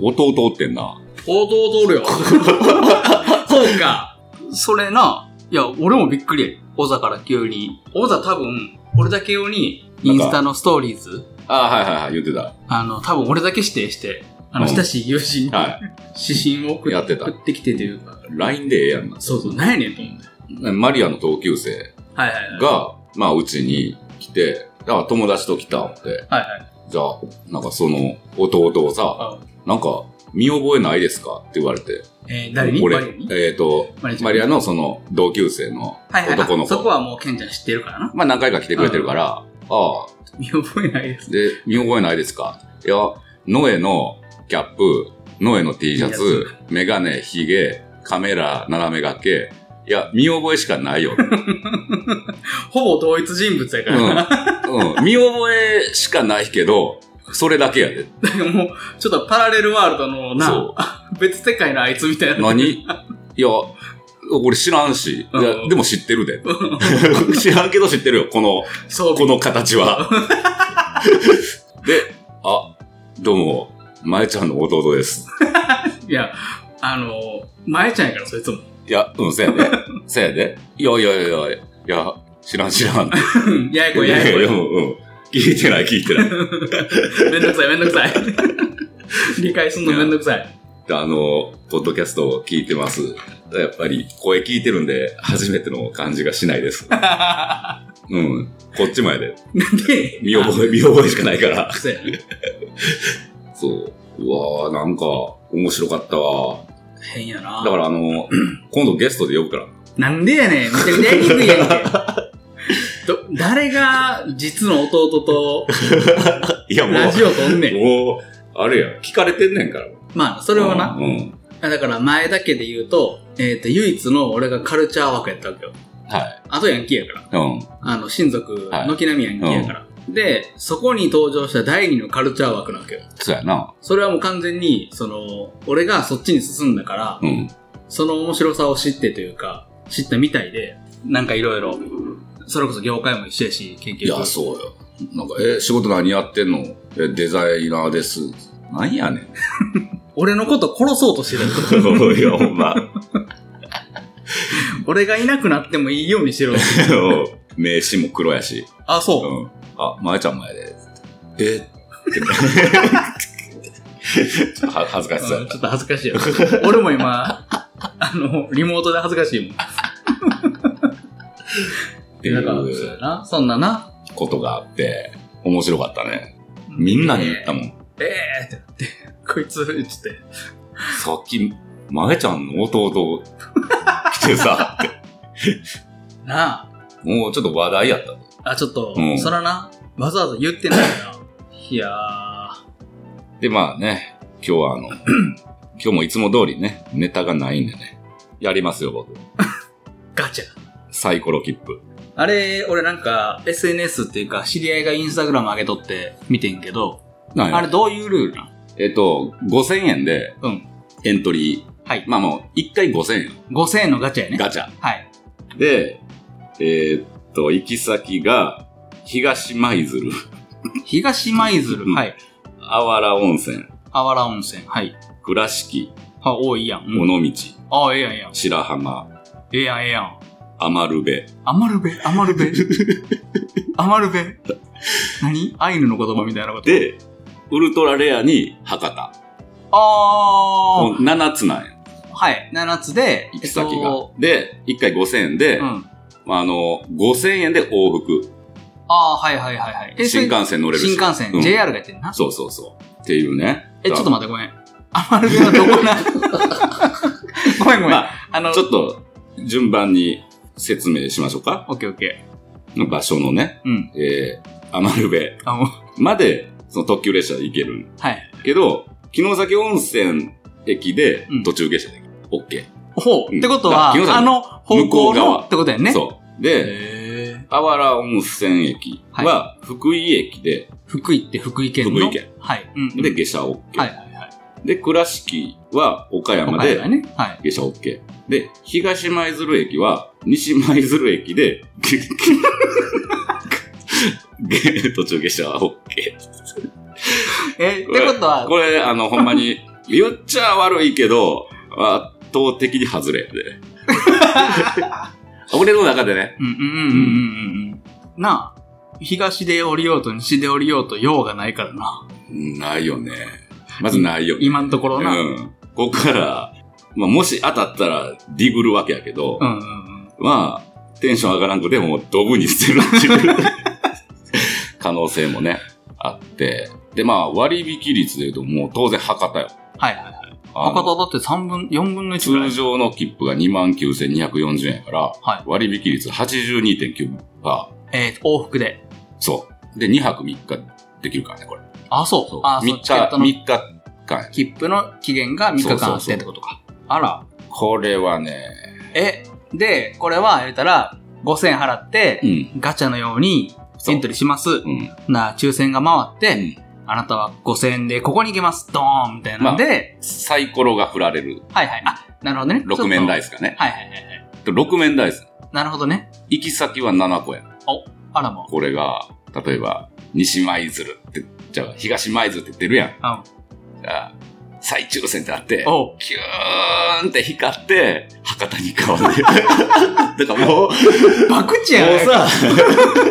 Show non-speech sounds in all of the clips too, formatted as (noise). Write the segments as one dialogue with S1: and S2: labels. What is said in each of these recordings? S1: 弟おってんな。
S2: 弟
S1: (laughs)
S2: おるよ。そうか。それな、いや、俺もびっくりや。オザから急に。オザ多分、俺だけ用に、インスタのストーリーズ、
S1: ああ、はいはいはい、言ってた。
S2: あの、多分俺だけ指定して、あの、
S1: うん
S2: 親しい友人に
S1: は
S2: (laughs) 指針を送っ
S1: やってた
S2: 送ってきてというか、
S1: い。LINE でええやんな。
S2: そうそう、なんやねんと思うんだよ。
S1: マリアの同級生
S2: はいはいはい。
S1: が、まあ、うちに来て、だから友達と来たって。
S2: はいはい。
S1: じゃあ、なんかその弟をさ、
S2: あ
S1: なんか、見覚えないですかって言われて。
S2: えー誰に
S1: 俺
S2: マリアに、
S1: えっ、と、
S2: マリアちゃん
S1: マリアのその同級生の
S2: はいはいはい。
S1: 男の子。
S2: そこはもうケンちゃん知ってるからな。
S1: まあ何回か来てくれてるから、ああ、
S2: 見覚えないです。
S1: で、見覚えないですかいや、ノエのキャップ、ノエの T シャツ、メガネ、ヒゲ、カメラ、斜め掛け、いや、見覚えしかない
S2: (laughs)
S1: よ。うん。
S2: ほぼ同一人物やからな。
S1: うん。見覚えしかないけど、それだけやで。
S2: だからもう、ちょっとパラレルワールドのな、
S1: そ
S2: 別世界のあいつみたいな。
S1: う。何いや、俺知らんし、いや
S2: うん
S1: でも知ってるで。知らんけど知ってるよ、この、
S2: そう
S1: この形
S2: (laughs)
S1: は。で、あ、どうも、まえちゃんの弟です。
S2: いや、あの、前ちゃんやから、そいつも。 (laughs)
S1: いや、うん、せやで。せやで。いやいやいやいや、いや、知らん知らん。
S2: うんややこいややこ
S1: うんうん。聞いてない聞いてない。
S2: い。めんどくさい、めんどく
S1: (laughs)
S2: さい。理解すんのめんどくさい。
S1: であの、ポッドキャストを聞いてます。やっぱり声聞いてるんで、初めての感じがしないです。うん。こっち前で。
S2: で、
S1: 見覚え、見覚えしかないから。
S2: そうやね
S1: そう。うわーなんか、面白かったわ。
S2: 変やな。
S1: だからあ
S2: (clears throat)
S1: の、今度ゲストで呼ぶから。
S2: なんでやねん。めちゃくちゃやりにくいやんけ。ど誰が実の弟
S1: (laughs)
S2: と
S1: いや、も
S2: ラジオとんね
S1: う、
S2: ん。
S1: もう、あれや、聞かれてんねんから。
S2: まあ、それはな。
S1: うん。
S2: だから前だけで言うと、えっ、と、唯一の俺がカルチャー枠やったわけよ。
S1: はい。
S2: あとヤンキーやから。
S1: うん。
S2: あの、親族、
S1: はい
S2: 軒並みヤンキーやから。で、そこに登場した第二のカルチャー枠なわけよ。
S1: そうやな。
S2: それはもう完全に、その、俺がそっちに進んだから、
S1: うん。
S2: その面白さを知ってというか、知ったみたいで、なんかいろいろ、それこそ業界も一緒やし、研究
S1: いや、そうよ。なんか、え、仕事何やってんのえ、デザイナーです。なんやねん。
S2: 俺のこと殺そうとしてた
S1: (laughs)
S2: よ
S1: いや、ほんま。 (laughs)
S2: 俺がいなくなってもいいようにしてるわけ
S1: 名刺も黒やし。
S2: あ、
S1: う
S2: そ
S1: ん。 (laughs) あ、まえちゃん前で。えってちょっと (laughs) は恥ずかし
S2: う
S1: そうん
S2: ちょっと恥ずかしいよ。俺も今、あの、リモートで恥ずかしいもん。
S1: って
S2: で
S1: い
S2: なんか、そう
S1: う
S2: やな。そんなな。
S1: ことがあって、面白かったね。みんなに言ったもん。
S2: ええーってなって、こいつ、つって。
S1: さっき、まえちゃんの弟来て (laughs) さ、って
S2: な
S1: もうちょっと話題やった。
S2: あ。あ、ちょっと、
S1: うん
S2: そらな。わざわざ言ってないな。いやー。
S1: で、まあね、今日
S2: (clears throat)
S1: はあの、今日もいつも通りね、ネタがないんでね、やりますよ、僕。
S2: ガチャ。
S1: サイコロ切符。
S2: あれ、俺なんか、SNS っていうか、知り合いがインスタグラム上げとって見てんけど、
S1: なんや
S2: あれどういうルールなん
S1: えっと、5000円で
S2: うん。
S1: エントリー。
S2: はい。
S1: まあもう、1回5000円。
S2: 5000円のガチャやね。
S1: ガチャ。
S2: はい。
S1: で、えーっと、行き先が、東舞鶴、
S2: 東舞鶴、
S1: うん
S2: はい。
S1: あわら温泉、
S2: あわら温泉、はい。
S1: 倉敷、
S2: あ、多いやん。
S1: 尾
S2: ん、
S1: 道、
S2: あええやん、ええやん。
S1: 白浜、
S2: ええやん、ええやん。
S1: 余部べ。
S2: アマルベ、アマル
S1: (laughs)
S2: ベ。アマルベ。何アイヌの言葉みたいなこと。
S1: で、ウルトラレアに博多。
S2: あー。
S1: 7つなんや。
S2: はい。7つで、
S1: 行き先が。
S2: えっと
S1: で、1回5000円で、
S2: うん。
S1: まあ、あの、5000円で往復。
S2: ああ、はいはいはいはい。え
S1: 新幹線乗れるし。
S2: 新幹線、
S1: うん
S2: JR がやってんな。
S1: そうそうそう。っていうね。
S2: え、ちょっと
S1: 待
S2: 待って、ごめん。アマルベはどこな (laughs) ごめんごめん。
S1: まあ
S2: あの、
S1: ちょっと、順番に説明しましょうか。
S2: オッケーオッケ
S1: 場所のね、
S2: ー。うん。
S1: えー、アマルベ
S2: あの、
S1: まで、その特急列車で行ける
S2: はい。
S1: けど、城崎温泉駅で
S2: うん
S1: 途中下車できる。オッケ
S2: ほ
S1: う
S2: う。
S1: ん
S2: ってことは、
S1: だから
S2: あの方
S1: 向こ
S2: 向
S1: う側
S2: のってことや
S1: ー。
S2: ね。
S1: そう。で、
S2: へー
S1: あわら温泉駅は福井駅で、
S2: 福井って福井県の。
S1: 福井県。
S2: はい。うん。
S1: で、下車 OK。
S2: はいはいはい。
S1: で、倉敷は岡山
S2: 岡
S1: で、
S2: 山ね。は
S1: 下
S2: い。
S1: 車 OK。で、 (laughs) 東舞鶴駅は、西舞鶴駅で、げ (laughs) 途中下車は OK。
S2: え、ってことは、
S1: これ、あの、ほんま
S2: (laughs)
S1: に、言っちゃ悪いけど、圧倒的に外れ
S2: (laughs)
S1: で。俺の中でね。
S2: うんうんうんうんうんうん。なあ、東で降りようと西で降りようと用がないからな。
S1: ないよね。まずないよね。
S2: 今のところな。うん
S1: うん。ここから、まあ、もし当たったらディグるわけやけど、
S2: うんうん。
S1: まあ、テンション上がらんくても、ドブに捨てるって
S2: (laughs)
S1: いう可能性もね、あって。で、まあ、割引率で言うと、もう当然博多よ。
S2: はいはい。
S1: あの
S2: 博多だって3分、4分の1ぐら
S1: 通
S2: い。
S1: 常の切符が29,240円やから、
S2: はい
S1: 割引率82.9%。
S2: えー、往復で。
S1: そう。で、2泊3日できるからね、これ。
S2: あ、そう。
S1: そう
S2: あ、そう、
S1: 3
S2: チケッ
S1: 日、
S2: トの
S1: 三日間や。
S2: 切符の期限が3日間あっ
S1: そうそうそ
S2: て
S1: う
S2: ってことか。あら。
S1: これはね、
S2: え、で、これは、言うたら、5000円払って
S1: う、ん。
S2: ガチャのように
S1: そう
S2: エントリーします。
S1: うん。
S2: な、抽選が回って、
S1: うん
S2: あなたは5000円でここに行けます。ドーンみたいなんで、
S1: サイコロが振られる。
S2: はいはい。あ、なるほどね。
S1: 6面ダイ
S2: ス。
S1: スがね。
S2: はいはいはいはい。
S1: 6面ダイス。
S2: なるほどね。
S1: 行き先は7個や。
S2: あらも
S1: これが、例えば、西舞鶴って、じゃあ、東舞鶴って出るやん。
S2: う。うん。
S1: じゃあ、再抽選ってあって、
S2: おう
S1: キューンって光って、博多に変わ
S2: (laughs)
S1: る。だからもう、もう
S2: バクチやん。
S1: さ、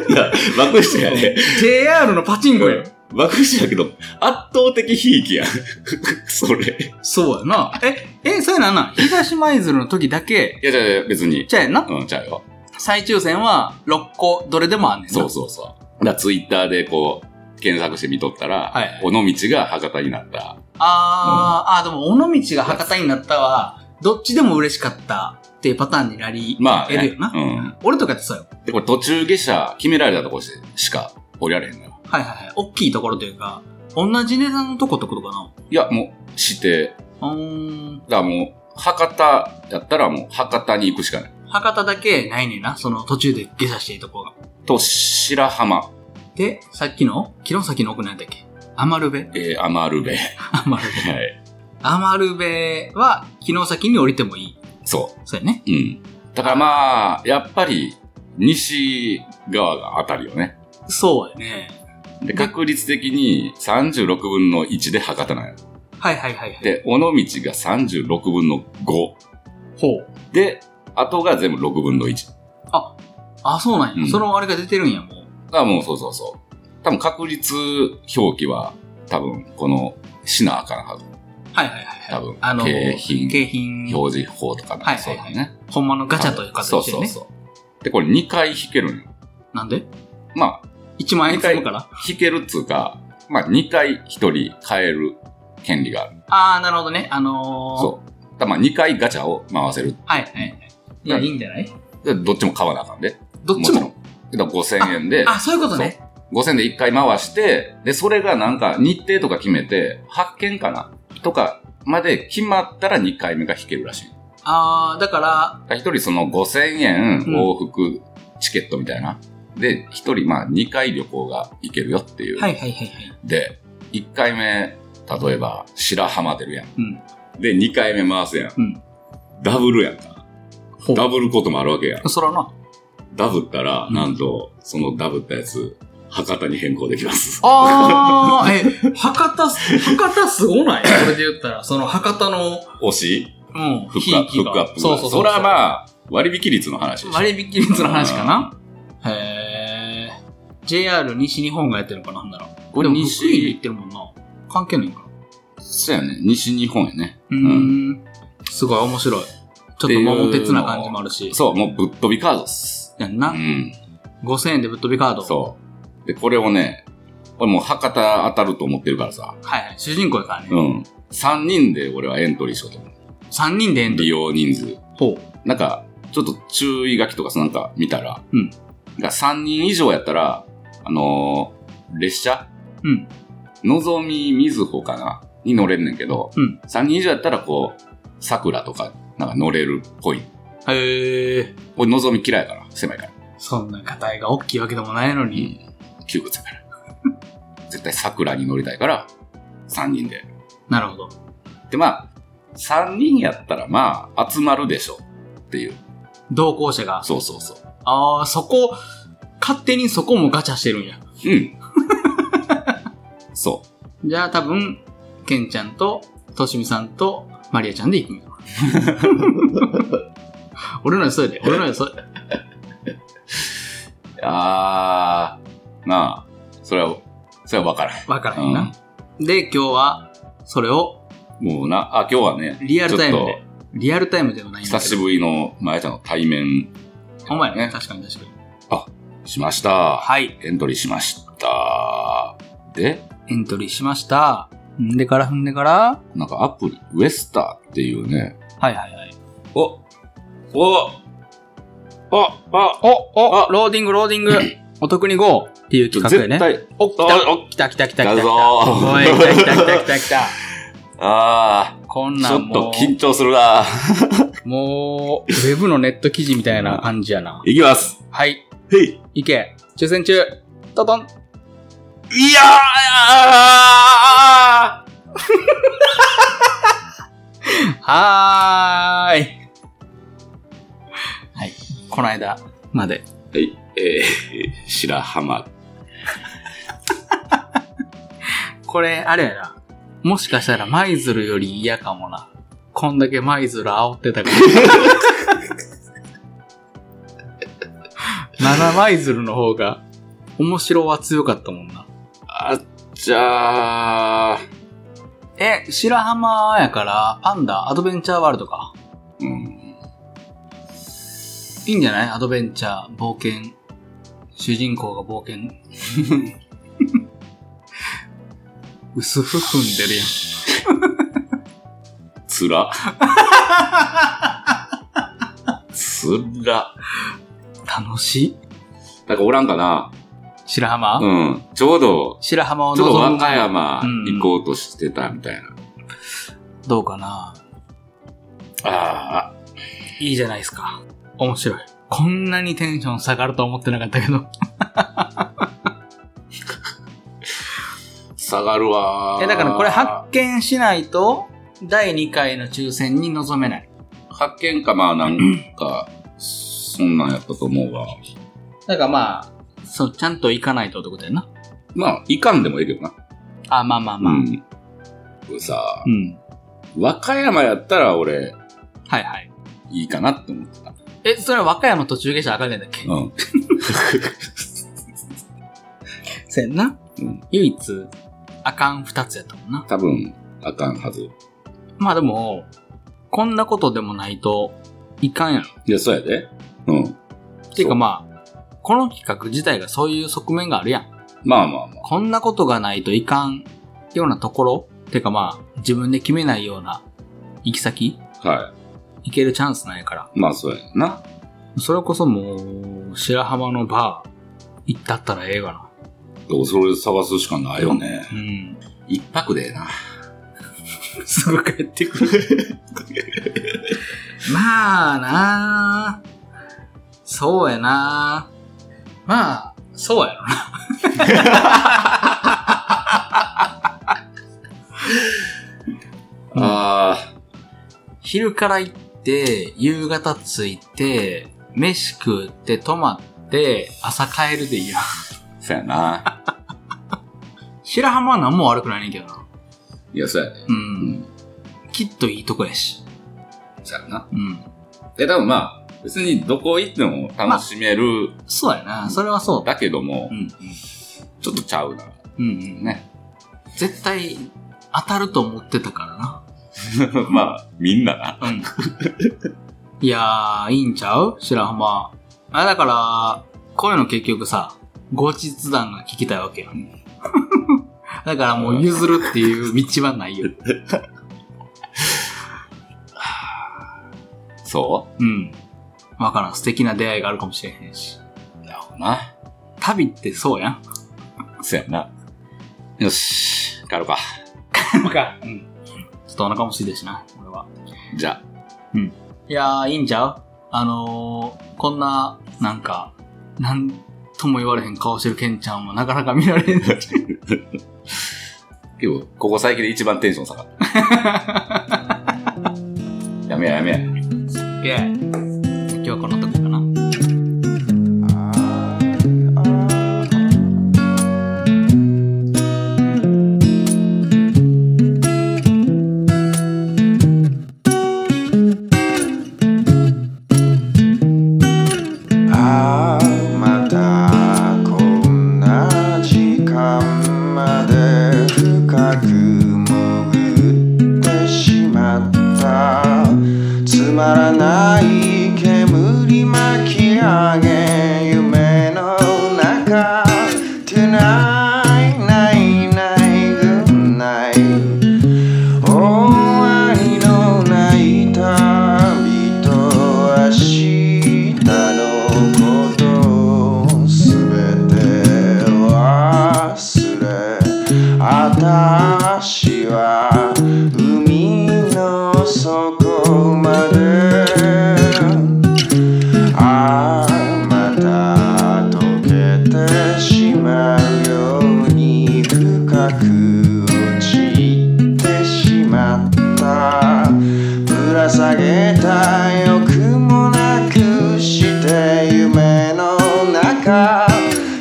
S1: いや、爆してやね。
S2: JR のパチンコやん。
S1: 爆してやけど、圧倒的ひいきやん。 (laughs) それ。
S2: そうやな。え、え、そうやなんなん東舞鶴の時だけ、
S1: いや、じゃあじゃあ別に。
S2: じゃあやな。
S1: うん、ちゃうよ。
S2: 再抽選は6個、どれでもあんねんな。
S1: そうそうそう。だからツイッターでこう、検索してみとったら、
S2: はいはい
S1: 尾道が博多になった。
S2: あー、あー、でも、尾道が博多になったは、どっちでも嬉しかったっていうパターンになり、
S1: まあ、
S2: 得るよな。
S1: うん。
S2: 俺とかってそうよ。
S1: で、これ途中下車、決められたとこしか降りられへんのよ。
S2: はいはいはい。大きいところというか、同じ値段のとこってことかない
S1: や、もう、指定。
S2: うーん。
S1: だからもう、博多やったらもう、博多に行くしかない。
S2: 博多だけないねんな。その途中で下車してるとこが。
S1: と、白浜、
S2: で、さっきの、城崎の奥なんだっけ余るべ
S1: えー、アマルベ。は
S2: 余るべ。
S1: い。
S2: 余るべは、城崎に降りてもいい。
S1: そ
S2: そうやね。
S1: う。うん。だからまあ、やっぱり、西側が当たるよね。
S2: そうやね。
S1: で、確率的に36分の1で博多なんや。
S2: はいはいはいはい。
S1: で、尾道が36分の5。
S2: ほう。
S1: で、あとが全部6分の1。
S2: あ、そうなんや。
S1: うん
S2: そのあれが出てるんや、もう。
S1: あ、もうそうそうそう。多分確率表記は、多分この、しなあかんはず。
S2: はいはいはいはい。
S1: 多分、
S2: あの、
S1: 景品
S2: 景品
S1: 表示法とかなん
S2: は
S1: か
S2: いは
S1: そう
S2: い
S1: だ
S2: は
S1: よ
S2: い
S1: ね。
S2: ほんまのガチャという
S1: そ
S2: 形
S1: う
S2: で
S1: そう
S2: ね。
S1: そう。で、これ2回引けるんよ。
S2: なんで
S1: ま
S2: ?1 万円積むから
S1: あ、引けるっつうか、まあ2回1人買える権利がある。
S2: ああ、なるほどね。あのー、
S1: そう。だからまあ2回ガチャを回せる。
S2: はいはいはい。いや、
S1: はい
S2: いいんじゃない
S1: でどっちも買わなあかんで。
S2: どっちも。
S1: ろん。だから5000円で、
S2: あ、そういうことね。
S1: 5000円で1回回して、で、それがなんか日程とか決めて、発見かなとかまで決まったら2回目が引けるらしい。
S2: ああ、だから、
S1: だから一人その5000円
S2: うん
S1: 往復チケットみたいな。で、一人まあ2回旅行が行けるよっていう。
S2: はいはいはいはい。
S1: で、1回目、例えば白浜出るやん。
S2: うん。
S1: で、2回目回すやん。
S2: うん
S1: ダブルやんか。
S2: ほ
S1: ダブルこともあるわけやん。
S2: う。そ
S1: (laughs)
S2: らな。
S1: ダブったら、
S2: うん
S1: なんと、そのダブったやつ、博多に変更できます。
S2: ああ、え、博多す、博多すごないそれで言ったら、その博多の、
S1: 推し
S2: うん、
S1: フ
S2: ひ
S1: ックア
S2: い
S1: ップ。フ
S2: き
S1: ックア
S2: が
S1: ップ。
S2: そうそうそう。
S1: それはまあ、割引率の話でしょ。
S2: 割引率の話かなへえ。JR 西日本がやってるのかななんだろう。
S1: これ
S2: でも
S1: 西
S2: 福井で行ってるもんな。関係ないんかな
S1: そうやね。西日本やね。
S2: うーん。すごい面白い。ちょっと桃鉄な感じもあるし。
S1: そう、もうぶっ飛びカードっす。
S2: やん
S1: う
S2: な。
S1: ん。
S2: 5000円でぶっ飛びカード。
S1: そう。で、これをね、俺もう博多当たると思ってるからさ。
S2: はいはい。主人公やからね。
S1: うん。3人で俺はエントリーしようと思う。
S2: 3人でエント
S1: 利
S2: リー。
S1: 用人数。
S2: ほう。
S1: なんか、ちょっと注意書きとかさなんか見たら、
S2: うん
S1: が3人以上やったら、あのー列車
S2: うん
S1: のぞみみずほかなに乗れんねんけど、
S2: うん
S1: 3人以上やったらこう、さくらとか、なんか乗れるっぽい。
S2: へえ。
S1: 俺、のぞみ嫌いやから、狭いから。
S2: そんな硬いが大きいわけでもないのに。
S1: 窮屈やから。
S2: (laughs)
S1: 絶対さくらに乗りたいから、3人で。
S2: なるほど。
S1: で、まあ、3人やったらまあ、集まるでしょっていう。
S2: 同行者が。
S1: そうそうそう。
S2: ああ、そこ、勝手にそこもガチャしてるんや。
S1: うん。 (laughs) そ
S2: じゃあ多分、ケンちゃんと、としみさんと、マリアちゃんで
S1: (laughs)
S2: 行くんや。俺の予想やで、俺の予想やで。
S1: う。あー、なあ、それは、それは分からへ
S2: わからへ
S1: ん。
S2: んな。で、今日は、それを、
S1: うんもうな、あ、今日はね、
S2: リアルタイム
S1: ちょ
S2: で。リアルタイムではないんだけど。
S1: 久しぶりのまやちゃんの対面
S2: ほんまやね。
S1: ね
S2: 確かに確かに。
S1: しました。
S2: はい。
S1: エントリーしました。で、
S2: エントリーしました。んでから踏んでから、
S1: なんかアプリ、ウエスターっていうね、
S2: はいはいはい。
S1: おおあ、あ、
S2: お、
S1: あ
S2: お、ローディング、ローディ
S1: (clears throat)
S2: ング、お得に GO! っていう企画で
S1: 絶
S2: ね。
S1: 対、
S2: お、来た
S1: あお
S2: 来た来た来た来た。
S1: だぞー
S2: おい、来た来た来た来た来た。
S1: あ
S2: こん
S1: ー、ち
S2: な
S1: ょ
S2: ん
S1: っと
S2: も
S1: 緊張するな。 (laughs)
S2: う、もう、ウェブのネット記事みたいな感じやな。
S1: いきます。
S2: はい、
S1: へい。
S2: いけ。抽選中。トトン。
S1: いやー
S2: はーい。はい。この間まで。
S1: はい、えー、白浜。
S2: これ、あれやな。もしかしたら、舞鶴より嫌かもな。こんだけ舞鶴煽ってた (laughs) から。七舞鶴の方が、面白は強かったもんな。
S1: あっちゃー。
S2: え、白浜やから、パンダ、アドベンチャーワールドか。
S1: うん。
S2: いいんじゃないアドベンチャー、冒険。主人公が冒
S1: (laughs)
S2: 険。薄ふ踏んでるやん。
S1: つら。つら。
S2: 楽しい
S1: なんかおらんかな
S2: 白浜、
S1: うん。ちょうど、
S2: 白浜を
S1: ちょっと
S2: 望
S1: 和
S2: む
S1: 歌山行こうとしてたみたいな。
S2: どうかな
S1: あ
S2: いいじゃないですか。面白い。こんなにテンション下がると思ってなかったけど。
S1: ー、下がるわー。
S2: え、だからこれ発見しないと、第2回の抽選に臨めない。
S1: 発見か、まあなんか、そんなんやったと思うわ。
S2: だからまあ、そう、ちゃんと行かないとってことやな。
S1: まあ、いかんでもいいけどな。
S2: あ、まあまあまあ。
S1: うん。これさ
S2: う、ん。
S1: 和歌山やったら俺、
S2: はいはい。
S1: いいかなって思ってた。
S2: え、それは和歌山途中下車あかんねんだっけ
S1: うん。
S2: せんな。
S1: うん
S2: 唯一、あかん二つやったもんな。
S1: 多分、あかんはず。
S2: まあでも、こんなことでもないと、いかんやろ。
S1: いや、そうやで。うん。
S2: っていう
S1: そ
S2: か
S1: う
S2: まあ、この企画自体がそういう側面があるやん。
S1: まあまあまあ。
S2: こんなことがないといかんようなところてかまあ、自分で決めないような行き先
S1: は
S2: 行けるチャンスなんやから。
S1: い。まあ、そうやな。
S2: それこそもう、白浜のバー行ったったらええがな。
S1: でもそれ探すしかないよね。
S2: うん。
S1: 一泊でええな。
S2: すぐ帰ってくる。 (laughs) まあなあそうやなあまあ、そうやろな。うん
S1: あ
S2: 昼から行って、夕方着いて、飯食って泊まって、朝帰るでいいやん。
S1: あ、そうやな。
S2: 白浜は何も悪くないねんけどな。
S1: いや、そうやで。
S2: う。。
S1: うん
S2: きっといいとこやし。
S1: そうやな。
S2: うん。
S1: え、多分まあ、別にどこ行っても楽しめる、
S2: そうやな。それはそう。
S1: だけども、
S2: うん。
S1: ちょっとちゃうな。 (laughs)
S2: うんうんね。
S1: ね。
S2: 絶対、当たると思ってたからな。
S1: まあ、みんなな。
S2: うん。いやー、いいんちゃう白浜。あ、だから、こういうの結局さ、後日談が聞きたいわけよ。 (laughs) だからもう譲るっていう道はないよ。
S1: そ
S2: うん。わからん。素敵な出会いがあるかもしれへんし。
S1: うなるほどな。
S2: 旅ってそうやん。
S1: そうやな。よし、帰ろうか。
S2: か。うん。ちょっとお腹も空いてるしな、俺は。
S1: じゃ
S2: いやー、いいんちゃうあのー、こんな、なんか、なんとも言われへん顔してるケンちゃんもなかなか見られん。
S1: あ、今日、ここ最近で一番テンション下がった。やめややめや。
S2: で、今日はこのとこかな。
S3: Ah, ah, ah, ah,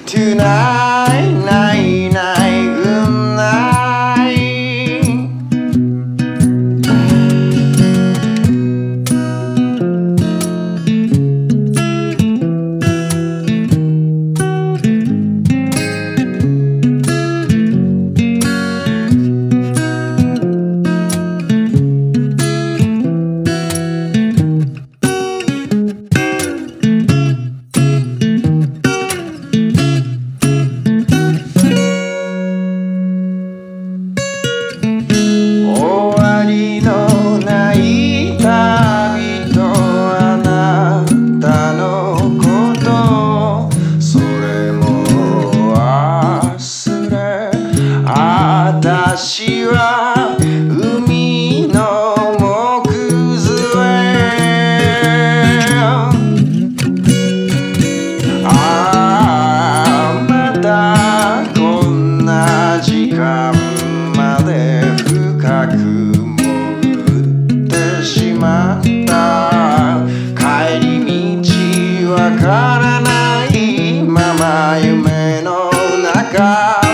S3: tonight, night, night, good night. 終わりのない旅とあなたのことそれも忘れ私は海の木杖ああまたこんな時間まで深く潜ってしまった帰り道わからないまま夢の中